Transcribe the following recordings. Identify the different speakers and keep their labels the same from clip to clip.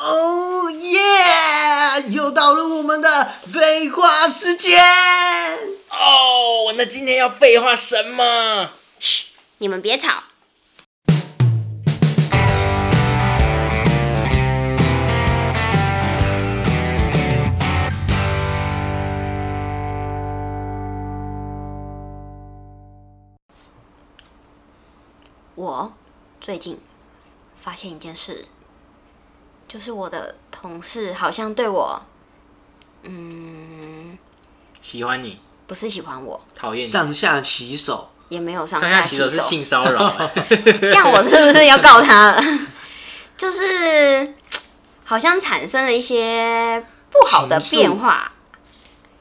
Speaker 1: Oh 又到了我们的废话时间。
Speaker 2: 哦，那今天要废话什么？
Speaker 3: 嘘，你们别吵。我最近发现一件事，就是我的同事好像对我，嗯，
Speaker 2: 喜欢你，
Speaker 3: 不是喜欢我，
Speaker 2: 讨厌你，上
Speaker 1: 上下其手，
Speaker 3: 也没有上
Speaker 2: 下
Speaker 3: 其
Speaker 2: 其手是性骚扰、 欸
Speaker 3: 这样我是不是要告他 了？就是好像产生了一些不好的
Speaker 1: 情愫
Speaker 3: 变化，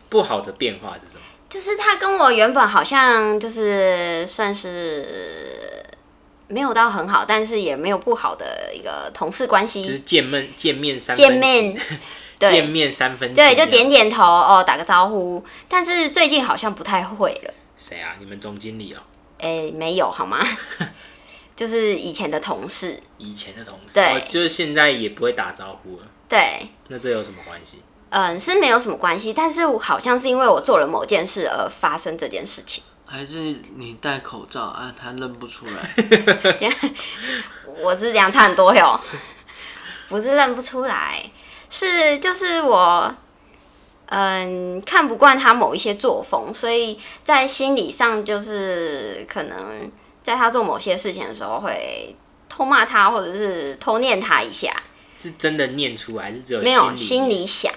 Speaker 2: 不好的变化是什么？
Speaker 3: 就是他跟我原本好像就是算是没有到很好，但是也没有不好的一个同事关
Speaker 2: 就是
Speaker 3: 系，
Speaker 2: 见面见面三分
Speaker 3: 见 面，
Speaker 2: 见
Speaker 3: 对
Speaker 2: 面三分啊
Speaker 3: 对，
Speaker 2: 情
Speaker 3: 就
Speaker 2: 这样
Speaker 3: 点点头哦，打个招呼。但是最近好像不太会了，
Speaker 2: 谁啊？你们总经理哦，
Speaker 3: 哎，没有好 吗？就是以前的同事，
Speaker 2: 以前的同事，
Speaker 3: 对
Speaker 2: 哦就是现在也不会打招呼了，
Speaker 3: 对，
Speaker 2: 那这有什么关系？
Speaker 3: 嗯，是没有什么关系，但是我好像是因为我做了某件事而发生这件事情。
Speaker 1: 还是你戴口罩啊？他认不出来。
Speaker 3: 我是这样差很多哟，不是认不出来，是就是我，嗯，看不惯他某一些作风，所以在心理上就是可能在他做某些事情的时候会偷骂他，或者是偷念他一下，
Speaker 2: 是真的念出来，还是只有
Speaker 3: 没有
Speaker 2: 里
Speaker 3: 心
Speaker 2: 念
Speaker 3: 里想。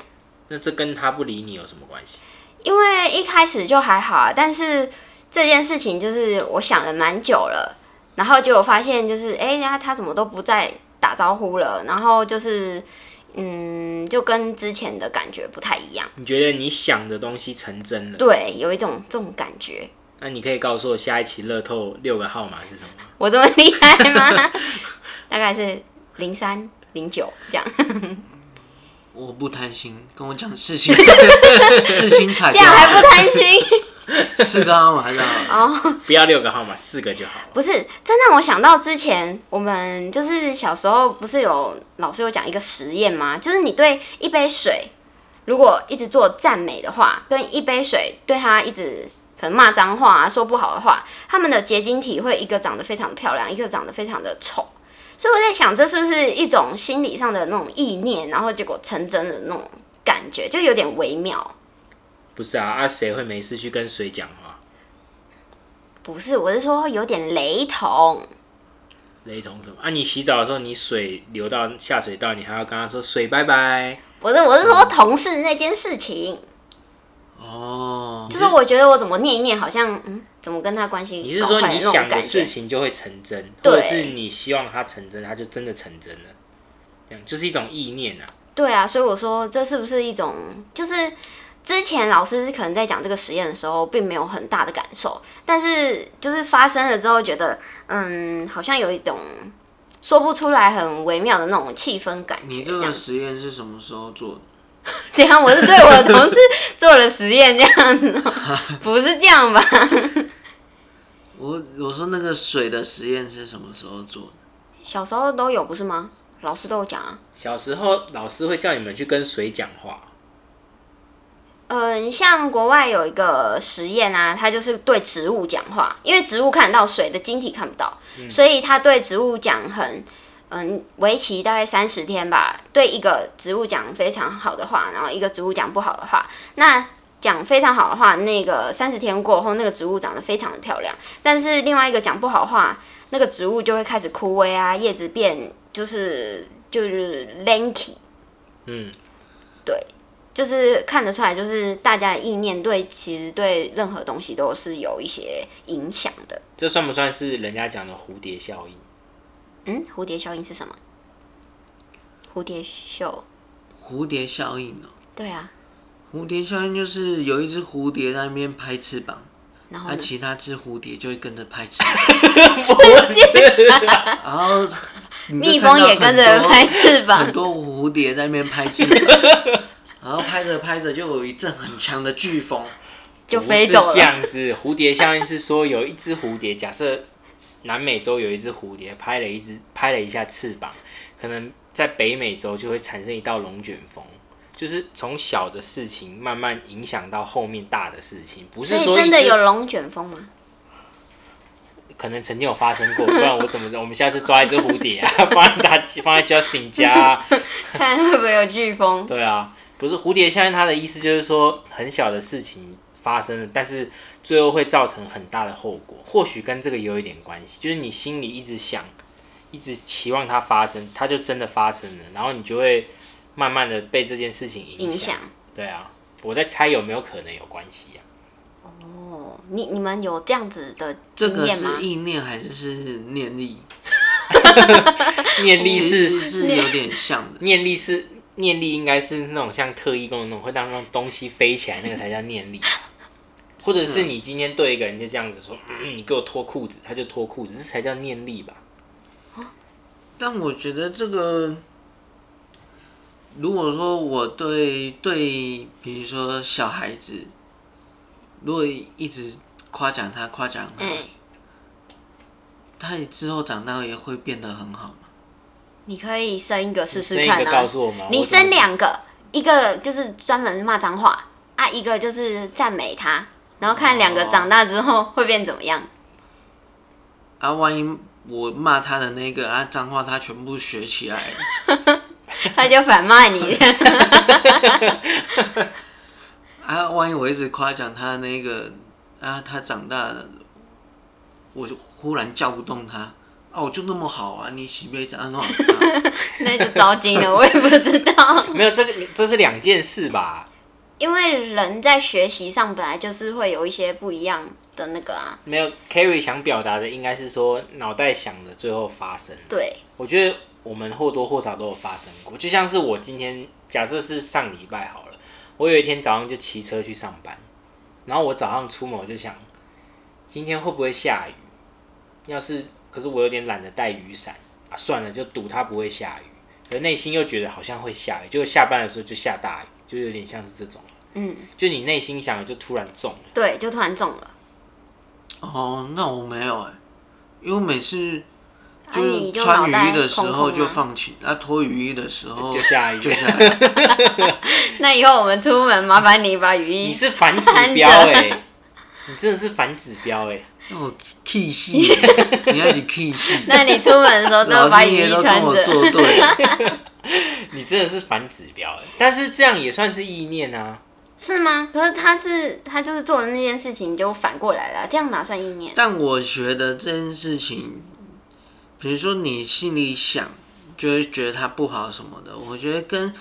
Speaker 2: 那这跟他不理你有什么关系？
Speaker 3: 因为一开始就还好啊，但是这件事情就是我想了蛮久了，然后结果发现就是，哎、呀，他怎么都不再打招呼了，然后就是，嗯，就跟之前的感觉不太一样，
Speaker 2: 你觉得你想的东西成真了？
Speaker 3: 对，有一种这种感觉，
Speaker 2: 那你可以告诉我下一期乐透六个号码是什么吗？
Speaker 3: 我这么厉害吗？ 大概是零三零九这样，
Speaker 1: 我不贪心，跟我讲事 情，事情彩
Speaker 3: 这
Speaker 1: 票
Speaker 3: 样还不贪心
Speaker 1: 是刚刚玩的。
Speaker 3: 哦。
Speaker 2: 不要六个号码，四个就好了。
Speaker 3: 不是，这让我想到之前我们就是小时候不是有老师有讲一个实验吗？就是你对一杯水，如果一直做赞美的话，跟一杯水对他一直可能骂脏话啊、说不好的话，他们的结晶体会一个长得非常的漂亮，一个长得非常的丑。所以我在想，这是不是一种心理上的那种意念，然后结果成真的那种感觉，就有点微妙。
Speaker 2: 不是啊，啊谁会没事去跟谁讲话？
Speaker 3: 不是，我是说有点雷同。
Speaker 2: 雷同什么？啊，你洗澡的时候，你水流到下水道，你还要跟他说水拜拜。
Speaker 3: 不是，我是说同事那件事情。
Speaker 1: 哦，
Speaker 3: 就是我觉得我怎么念一念，好像嗯，怎么跟他关系
Speaker 2: 你是说
Speaker 3: 搞坏
Speaker 2: 你
Speaker 3: 那种
Speaker 2: 想的
Speaker 3: 感觉
Speaker 2: 事情就会成真，
Speaker 3: 对
Speaker 2: 或者是你希望它成真，它就真的成真了？这样就是一种意念啊。
Speaker 3: 对啊，所以我说这是不是一种，就是之前老师可能在讲这个实验的时候，并没有很大的感受，但是就是发生了之后，觉得嗯，好像有一种说不出来很微妙的那种气氛感
Speaker 1: 你
Speaker 3: 觉。
Speaker 1: 这
Speaker 3: 这
Speaker 1: 个
Speaker 3: 样，
Speaker 1: 实验是什么时候做的？
Speaker 3: 对啊，我是对我的同事做了实验这样子哦，不是这样吧？
Speaker 1: 我我说那个水的实验是什么时候做的？
Speaker 3: 小时候都有不是吗？老师都有讲啊。
Speaker 2: 小时候老师会叫你们去跟谁讲话？
Speaker 3: 嗯，像国外有一个实验啊，它就是对植物讲话，因为植物看得到水的晶体看不到，所以它对植物讲很，嗯，为期大概三十天吧，对一个植物讲非常好的话，然后一个植物讲不好的话，那。讲非常好的话，那个三十天过后，那个植物长得非常的漂亮。但是另外一个讲不好的话，那个植物就会开始枯萎啊，叶子变就是就是 lanky，
Speaker 2: 嗯，
Speaker 3: 就是看得出来，就是大家的意念对，其实对任何东西都是有一些影响的。
Speaker 2: 这算不算是人家讲的蝴蝶效应？
Speaker 3: 嗯，蝴蝶效应是什么？蝴蝶袖？
Speaker 1: 蝴蝶效应哦，
Speaker 3: 对啊，
Speaker 1: 蝴蝶效应就是有一只蝴蝶在那边拍翅膀，
Speaker 3: 然后
Speaker 1: 那
Speaker 3: 呢？
Speaker 1: 其他只蝴蝶就会跟着拍翅 膀，
Speaker 2: 啊
Speaker 1: 然后你就
Speaker 3: 蜜
Speaker 1: 看
Speaker 3: 蜂
Speaker 1: 到
Speaker 3: 也跟着
Speaker 1: 很多
Speaker 3: 拍翅
Speaker 1: 很
Speaker 3: 膀。
Speaker 1: 多蝴蝶在那边拍翅 膀，然后拍着拍着就有一阵很强的飓风，
Speaker 3: 就
Speaker 2: 不
Speaker 3: 飞
Speaker 2: 是
Speaker 3: 走 了
Speaker 2: 这样子，蝴蝶效应是说有一只蝴蝶，假设南美洲有一只蝴蝶拍了一只拍了一下翅膀，可能在北美洲就会产生一道龙卷风，就是从小的事情慢慢影响到后面大的事情，不
Speaker 3: 所
Speaker 2: 是
Speaker 3: 以
Speaker 2: 说
Speaker 3: 哎真
Speaker 2: 一
Speaker 3: 的
Speaker 2: 直
Speaker 3: 有龙卷风 吗？
Speaker 2: 可能曾经有发生过，不然我怎么知道？我们下次抓一只蝴蝶啊，放在他放在 Justin 家、啊，
Speaker 3: 看会不会有飓风？
Speaker 2: 对啊，不是蝴蝶，现在它的意思就是说很小的事情发生了，但是最后会造成很大的后果，或许跟这个也有一点关系，就是你心里一直想，一直期望它发生，它就真的发生了，然后你就会慢慢的被这件事情影
Speaker 3: 影响。
Speaker 2: 响对啊，我在猜有没有可能有关系啊？
Speaker 3: 哦，你你们有这样子的
Speaker 1: 这
Speaker 3: 经
Speaker 1: 个
Speaker 3: 验吗
Speaker 1: 是？意念还是是念力？
Speaker 2: 念力
Speaker 1: 其
Speaker 2: 是
Speaker 1: 实是有点像的。
Speaker 2: 念力是念力，应该是那种像特异功能那种会让那种东西飞起来，那个才叫 念力。或者是你今天对一个人就这样子说，嗯、你给我脱裤子，他就脱裤子，这才叫念力吧？
Speaker 1: 但我觉得这个，如果说我对对，比如说小孩子，如果一直夸奖他夸奖他，
Speaker 3: 嗯，
Speaker 1: 他之后长大也会变得很好。
Speaker 3: 你可以生一个试试
Speaker 2: 生一
Speaker 3: 看
Speaker 2: 个告
Speaker 3: 啊。
Speaker 2: 诉我们，
Speaker 3: 你
Speaker 2: 我怎么
Speaker 3: 生两个，一个就是专门骂脏话啊，一个就是赞美他，然后看两个
Speaker 1: 哦
Speaker 3: 长大之后会变怎么样。
Speaker 1: 啊，万一我骂他的那个啊脏话，他全部学起来了，
Speaker 3: 他就反骂你。
Speaker 1: 啊，万一我一直夸奖他的那个啊，他长大了，我就忽然叫不动他，哦、我就那么好啊，你喜杯子啊，弄好啊
Speaker 3: 那就糟心 了，我也不知道。
Speaker 2: 没有这个，这是两件事吧？
Speaker 3: 因为人在学习上本来就是会有一些不一样的那个啊，
Speaker 2: 没有，Carry 想表达的应该是说脑袋想的最后发生。
Speaker 3: 对，
Speaker 2: 我觉得我们或多或少都有发生过，就像是我今天假设是上礼拜好了，我有一天早上就骑车去上班，然后我早上出门我就想，今天会不会下雨？要是可是我有点懒得带雨伞啊，算了，就赌它不会下雨。可内心又觉得好像会下雨，结果下班的时候就下大雨，就有点像是这种，
Speaker 3: 嗯，
Speaker 2: 就你内心想的就突然中了。
Speaker 3: 对，就突然中了。
Speaker 1: 哦，那我没有哎、因为我每次
Speaker 3: 啊，
Speaker 1: 就
Speaker 3: 你
Speaker 1: 是
Speaker 3: 就脑
Speaker 1: 穿
Speaker 3: 袋
Speaker 1: 雨衣的时
Speaker 3: 空
Speaker 1: 候
Speaker 3: 空
Speaker 1: 就
Speaker 3: 啊。
Speaker 1: 放弃，啊，脱雨衣的时 候
Speaker 2: 就下雨
Speaker 1: 就下雨。
Speaker 3: 那以后我们出门，麻烦你把雨
Speaker 2: 你
Speaker 3: 衣。
Speaker 2: 是反指标哎、 你真的是反指标哎、
Speaker 1: 那我 K 戏， 你要去 K 戏，
Speaker 3: 那你出门的时候都
Speaker 1: 老
Speaker 3: 要把
Speaker 1: 天
Speaker 3: 雨
Speaker 1: 爷
Speaker 3: 衣
Speaker 1: 都跟
Speaker 3: 穿
Speaker 1: 我
Speaker 3: 着。
Speaker 1: 作对。
Speaker 2: 你真的是反指标哎、但是这样也算是意念啊。
Speaker 3: 是吗？可是他是他就是做了那件事情，就反过来了，这样哪算意念？
Speaker 1: 但我觉得这件事情，比如说你心里想，就会觉得它不好什么的，我觉得跟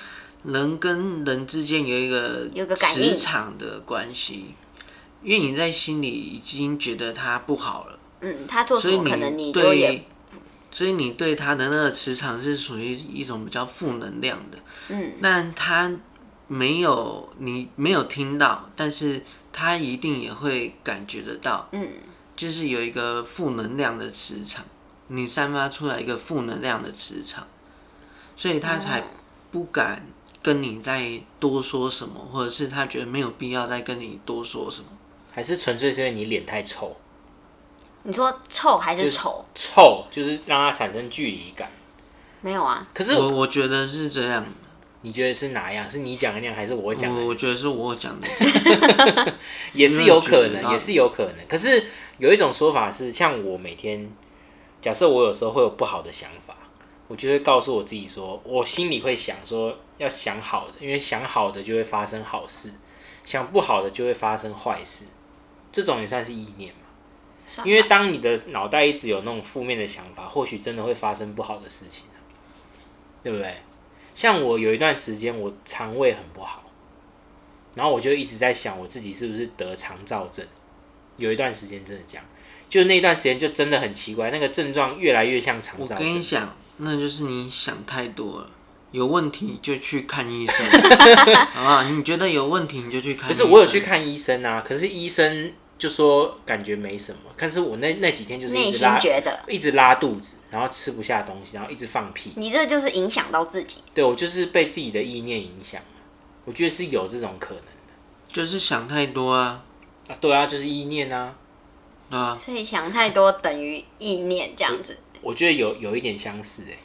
Speaker 1: 人跟人之间有一个
Speaker 3: 有个感应
Speaker 1: 磁场的关系，因为你在心里已经觉得它不好了，
Speaker 3: 嗯，他做什
Speaker 1: 所以
Speaker 3: 么可能你就也
Speaker 1: 对，所以你对它的那个磁场是属于一种比较负能量的，
Speaker 3: 嗯
Speaker 1: 但它没有你没有听到，但是它一定也会感觉得到。
Speaker 3: 嗯
Speaker 1: 就是有一个负能量的磁场，你散发出来一个负能量的磁场，所以他
Speaker 2: 哦
Speaker 1: 才不敢跟你再多说什么，或者是他觉得没有必要再跟你多说什么。
Speaker 2: 还是纯粹是因为你脸太臭，
Speaker 3: 你说臭还
Speaker 2: 就是是
Speaker 3: 丑？
Speaker 2: 臭就是让它产生距离感。
Speaker 3: 没有啊，
Speaker 2: 可是
Speaker 1: 我我觉得是这样，
Speaker 2: 你觉得是哪样？是你讲的那样，还是我讲
Speaker 1: 我
Speaker 2: 的？
Speaker 1: 我觉得是我 讲的这样，
Speaker 2: 也是有可
Speaker 1: 我觉
Speaker 2: 能，
Speaker 1: 得
Speaker 2: 也是有可能。可是有一种说法是，像我每天，假设我有时候会有不好的想法，我就会告诉我自己说，我心里会想说要想好的，因为想好的就会发生好事，想不好的就会发生坏事。这种也算是意念嘛？
Speaker 3: 算
Speaker 2: 因为
Speaker 3: 吧
Speaker 2: 当你的脑袋一直有那种负面的想法，或许真的会发生不好的事情啊、对不对？像我有一段时间，我肠胃很不好，然后我就一直在想，我自己是不是得肠燥症？有一段时间真的这样，就那段时间就真的很奇怪，那个症状越来越像肠
Speaker 1: 我
Speaker 2: 燥
Speaker 1: 跟你
Speaker 2: 症。
Speaker 1: 讲，那就是你想太多了。有问题就去看医 生，好不好？你觉得有问题你就去看
Speaker 2: 可
Speaker 1: 医
Speaker 2: 是
Speaker 1: 生。
Speaker 2: 我有去看医生啊，可是医生就说感觉没什么，但是我那那几天就是
Speaker 3: 内
Speaker 2: 一直
Speaker 3: 心
Speaker 2: 拉，
Speaker 3: 觉得
Speaker 2: 一直拉肚子，然后吃不下东西，然后一直放屁。
Speaker 3: 你这就是影响到自己。
Speaker 2: 对我就是被自己的意念影响，啊我觉得是有这种可能的
Speaker 1: 就是想太多啊，
Speaker 2: 啊。对啊，就是意念啊，
Speaker 1: 对吧、
Speaker 3: 所以想太多等于意念这样子。
Speaker 2: 我觉得有有一点相似哎、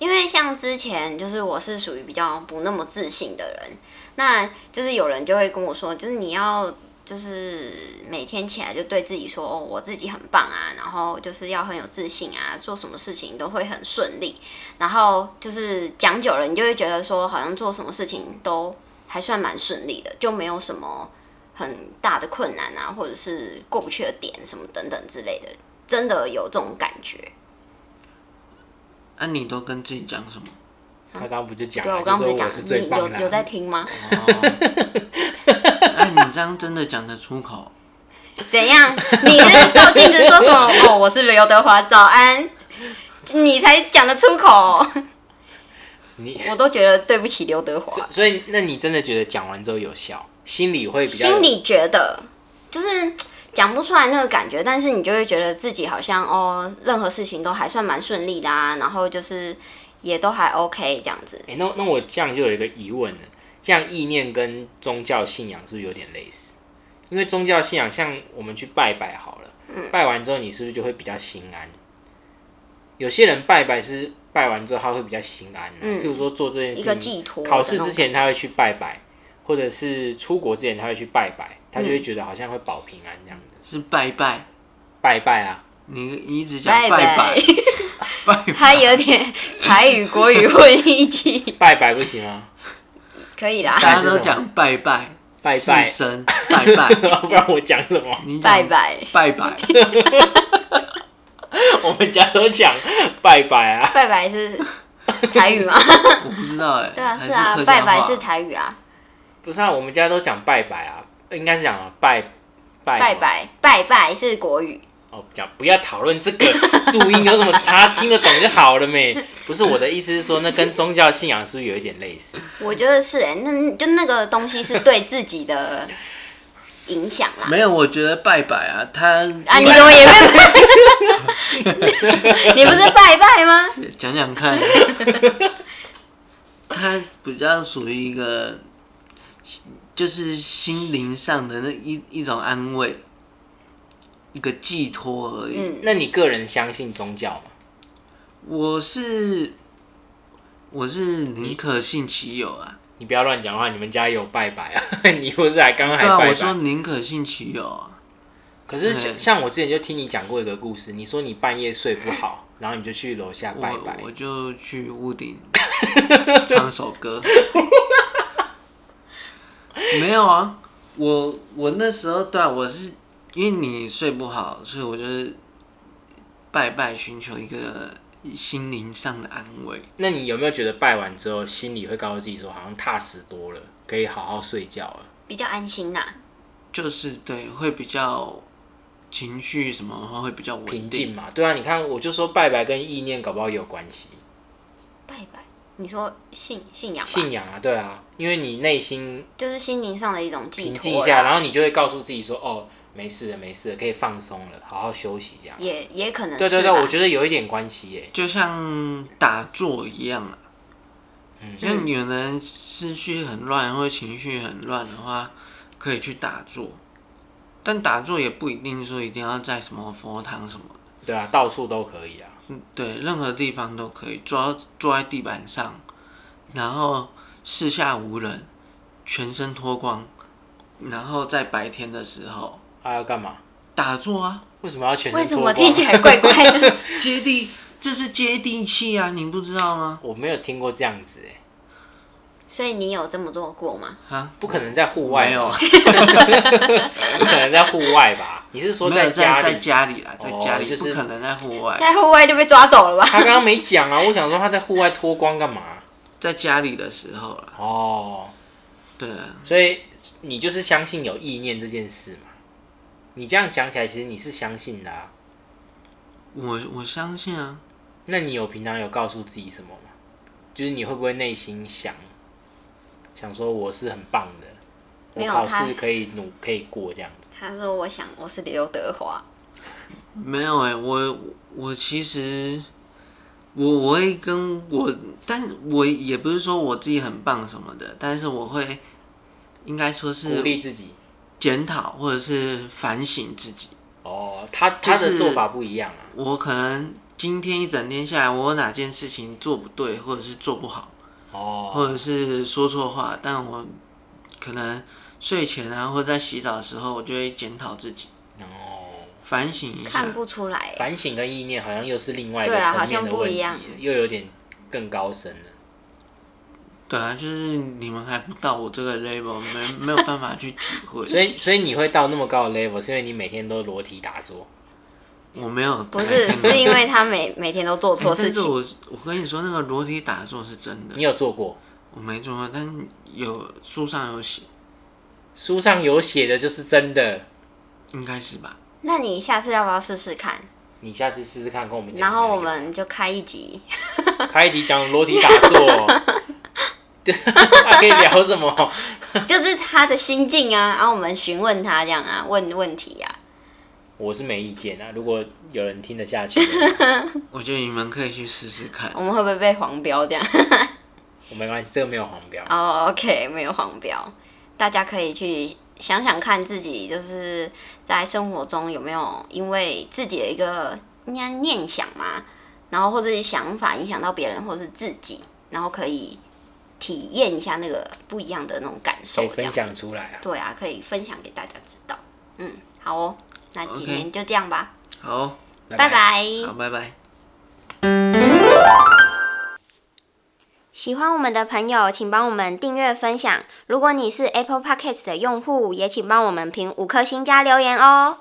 Speaker 3: 因为像之前就是我是属于比较不那么自信的人，那就是有人就会跟我说，就是你要就是每天起来就对自己说，哦，我自己很棒啊，然后就是要很有自信啊，做什么事情都会很顺利，然后就是讲久了，你就会觉得说，好像做什么事情都还算蛮顺利的，就没有什么很大的困难啊，或者是过不去的点什么等等之类的，真的有这种感觉。
Speaker 1: 啊，你都跟自己讲什么？
Speaker 2: 他刚刚不就讲
Speaker 3: 嗯对，啊
Speaker 2: 了，
Speaker 3: 我刚刚
Speaker 2: 啊就
Speaker 3: 不是
Speaker 2: 说
Speaker 3: 讲
Speaker 2: 我是最
Speaker 3: 你有
Speaker 2: 棒的啊、
Speaker 3: 有在听吗？
Speaker 1: 哎、你这样真的讲得出口？
Speaker 3: 怎样？你是照镜子说什么？ 哦，我是刘德华，早安，你才讲得出口，
Speaker 2: 你
Speaker 3: 我都觉得对不起刘德华
Speaker 2: 所。所以，那你真的觉得讲完之后有效，心里会比较有
Speaker 3: 心里觉得就是讲不出来那个感觉，但是你就会觉得自己好像哦，任何事情都还算蛮顺利的啊，然后就是也都还 OK 这样子。
Speaker 2: 哎、那那我这样就有一个疑问了，这样意念跟宗教信仰是不是有点类似？因为宗教信仰像我们去拜拜好了，
Speaker 3: 嗯
Speaker 2: 拜完之后你是不是就会比较心安？有些人拜拜是拜完之后他会比较心安、啊，
Speaker 3: 嗯
Speaker 2: 譬如说做这件
Speaker 3: 一
Speaker 2: 事
Speaker 3: 个
Speaker 2: 情，
Speaker 3: 寄托的那种
Speaker 2: 考
Speaker 3: 感觉。
Speaker 2: 试之前他会去拜拜，或者是出国之前他会去拜拜，
Speaker 3: 嗯
Speaker 2: 他就会觉得好像会保平安这样子。
Speaker 1: 是拜拜，
Speaker 2: 拜拜啊，
Speaker 1: 你你一直讲
Speaker 3: 拜
Speaker 1: 拜拜，拜拜，
Speaker 3: 他有点台语国语混一起，
Speaker 2: 拜拜不行啊吗？
Speaker 3: 可以啦。
Speaker 1: 大家都讲拜拜，
Speaker 2: 拜拜
Speaker 1: 四声拜拜，
Speaker 2: 不然我讲什么？
Speaker 1: 你讲
Speaker 3: 拜拜，
Speaker 1: 拜拜，
Speaker 2: 我们家都讲拜拜啊。
Speaker 3: 拜拜是台语吗？
Speaker 1: 我不知道哎、
Speaker 3: 对啊，
Speaker 1: 还
Speaker 3: 是啊
Speaker 1: 客，家
Speaker 3: 拜拜
Speaker 1: 话
Speaker 3: 是台语啊，
Speaker 2: 不是啊，我们家都讲拜拜啊，应该是讲啊拜拜
Speaker 3: 拜拜拜拜是国语，
Speaker 2: 哦，讲不要讨 论这个注音有什么差，听得懂就好了没？不是我的意思是说，那跟宗教信仰是不是有一点类似？
Speaker 3: 我觉得是哎、那就那个东西是对自己的影响 啦。
Speaker 1: 没有，我觉得拜拜啊，他
Speaker 3: 啊，你怎么也被？ 你不是拜拜吗？
Speaker 1: 讲讲看，
Speaker 3: 哎
Speaker 1: 他比较属于一个，就是心灵上的那一一种安慰，一个寄托而已。
Speaker 3: 嗯，
Speaker 2: 那你个人相信宗教吗？
Speaker 1: 我是我是宁可信其有啊，
Speaker 2: 你不要乱讲话，你们家有拜拜啊？ 你不是还刚刚还
Speaker 1: 对啊，
Speaker 2: 拜
Speaker 1: 我
Speaker 2: 拜？
Speaker 1: 说宁可信其有啊，
Speaker 2: 可是像
Speaker 1: 嗯
Speaker 2: 像我之前就听你讲过一个故事，你说你半夜睡不好，然后你就去楼下拜拜
Speaker 1: 嗯我。我就去屋顶唱首 歌。没有啊，我我那时候对啊，我是因为你睡不好，所以我就是拜拜寻求一个心灵上的安慰。
Speaker 2: 那你有没有觉得拜完之后，心里会告诉自己说，好像踏实多了，可以好好睡觉了？
Speaker 3: 比较安心啦。
Speaker 1: 就是对，会比较情绪什么的话会比较稳定。
Speaker 2: 平静嘛，对啊，你看，我就说拜拜跟意念搞不好也有关系，
Speaker 3: 拜拜，你说信信仰吧，
Speaker 2: 信仰啊，对啊，因为你内心
Speaker 3: 就是心灵上的一种寄
Speaker 2: 平
Speaker 3: 托。
Speaker 2: 静一下，然后你就会告诉自己说，哦，没事了，没事了，可以放松了，好好休息这样。
Speaker 3: 也也可能
Speaker 2: 对对
Speaker 3: 是
Speaker 2: 对，
Speaker 3: 吧
Speaker 2: 我觉得有一点关系耶。
Speaker 1: 就像打坐一样啊，
Speaker 2: 嗯
Speaker 1: 像有的人思绪很乱或者情绪很乱的话，可以去打坐，但打坐也不一定说一定要在什么佛堂什么的，
Speaker 2: 对啊，到处都可以啊。
Speaker 1: 嗯，对，任何地方都可以，坐到坐在地板上，然后四下无人，全身脱光，然后在白天的时候
Speaker 2: 啊，要干嘛？
Speaker 1: 打坐啊，
Speaker 2: 为什么要全
Speaker 3: 为
Speaker 2: 身
Speaker 3: 什
Speaker 2: 脱
Speaker 3: 么
Speaker 2: 光？
Speaker 3: 听起来怪怪的？
Speaker 1: 接地，这是接地气啊，你不知道吗？
Speaker 2: 我没有听过这样子哎，
Speaker 3: 所以你有这么做过 吗？
Speaker 1: 啊，
Speaker 2: 不可能在户外吧，
Speaker 1: 没有。
Speaker 2: 不可能在户外吧？你是说
Speaker 1: 没有
Speaker 2: 在家
Speaker 1: 在
Speaker 2: 里？
Speaker 1: 家里啦，在家里、
Speaker 2: 哦就是
Speaker 1: 不可能在户外，
Speaker 3: 在户外就被抓走了吧？
Speaker 2: 他刚刚没讲啊，我想说他在户外脱光干嘛？
Speaker 1: 在家里的时候啦，
Speaker 2: 哦，
Speaker 1: 对啊，
Speaker 2: 所以你就是相信有意念这件事嘛？你这样讲起来，其实你是相信的、啊。
Speaker 1: 我我相信啊，
Speaker 2: 那你有平常有告诉自己什么吗？就是你会不会内心想，想说我是很棒的，
Speaker 3: 没
Speaker 2: 我
Speaker 3: 有
Speaker 2: 考
Speaker 3: 他
Speaker 2: 试可以努可以过这样子？
Speaker 3: 他说：“我想我是刘德华。
Speaker 1: 没有哎、我我其实我我会跟我，但我也不是说我自己很棒什么的，但是我会应该说
Speaker 2: 鼓励
Speaker 1: 是
Speaker 2: 自己。
Speaker 1: 检讨或者是反省自己，
Speaker 2: 哦，他他
Speaker 1: 就
Speaker 2: 的
Speaker 1: 是
Speaker 2: 做法不一样啊。
Speaker 1: 我可能今天一整天下来，我有哪件事情做不对，或者是做不好，或
Speaker 2: 哦，
Speaker 1: 者是说错话，但我可能睡前啊，或者在洗澡的时候，我就会检讨自己，
Speaker 2: 哦，
Speaker 1: 反省一下
Speaker 3: 看。不出来。
Speaker 2: 反省跟意念好像又是另外一
Speaker 3: 对
Speaker 2: 个
Speaker 3: 啊
Speaker 2: 层面
Speaker 3: 好
Speaker 2: 的
Speaker 3: 像不
Speaker 2: 问
Speaker 3: 一
Speaker 2: 题
Speaker 3: 样，
Speaker 2: 又有点更高深了。
Speaker 1: 对啊，就是你们还不到我这个 level，没没有办法去体会。
Speaker 2: 所以，所以你会到那么高的 level，是因为你每天都裸体打坐。
Speaker 1: 我没有
Speaker 3: 不是，是因为他每每天都做
Speaker 1: 哎
Speaker 3: 错事
Speaker 1: 但是
Speaker 3: 情。
Speaker 1: 我我跟你说，那个裸体打坐是真的
Speaker 2: 你，有做过？
Speaker 1: 我没做过，但有书上有写，
Speaker 2: 书上有写的就是真的，
Speaker 1: 应该是 吧？
Speaker 3: 那你下次要不要试试看？
Speaker 2: 你下次试试看，跟我们讲。
Speaker 3: 然后我们就开一集，
Speaker 2: 开迪讲裸体打坐， 对，还可以聊什么？
Speaker 3: 就是他的心境啊，然后我们询问他这样啊，问问 题啊。
Speaker 2: 我是没意见啊，如果有人听得下去的 话，
Speaker 1: 我觉得你们可以去试试看
Speaker 3: 我。们会不会被黄标这样？
Speaker 2: 我没关系，这个没有黄标。
Speaker 3: 哦、o k 没有黄标，大家可以去想想看自己就是在生活中有没有因为自己的一个应该念想嘛，然后或者是想法影响到别人或是自己，然后可以体验一下那个不一样的那种感受
Speaker 2: 谁，
Speaker 3: 这
Speaker 2: 分
Speaker 3: 样子。
Speaker 2: 享出来啊？
Speaker 3: 对啊，可以分享给大家知道。嗯，好哦，那今
Speaker 1: OK
Speaker 3: 天就这样吧
Speaker 1: 好，
Speaker 3: 拜拜。
Speaker 1: 好，拜拜。
Speaker 3: 喜欢我们的朋友，请帮我们订阅分享。如果你是 Apple Podcast 的用户，也请帮我们评五颗星加留言哦。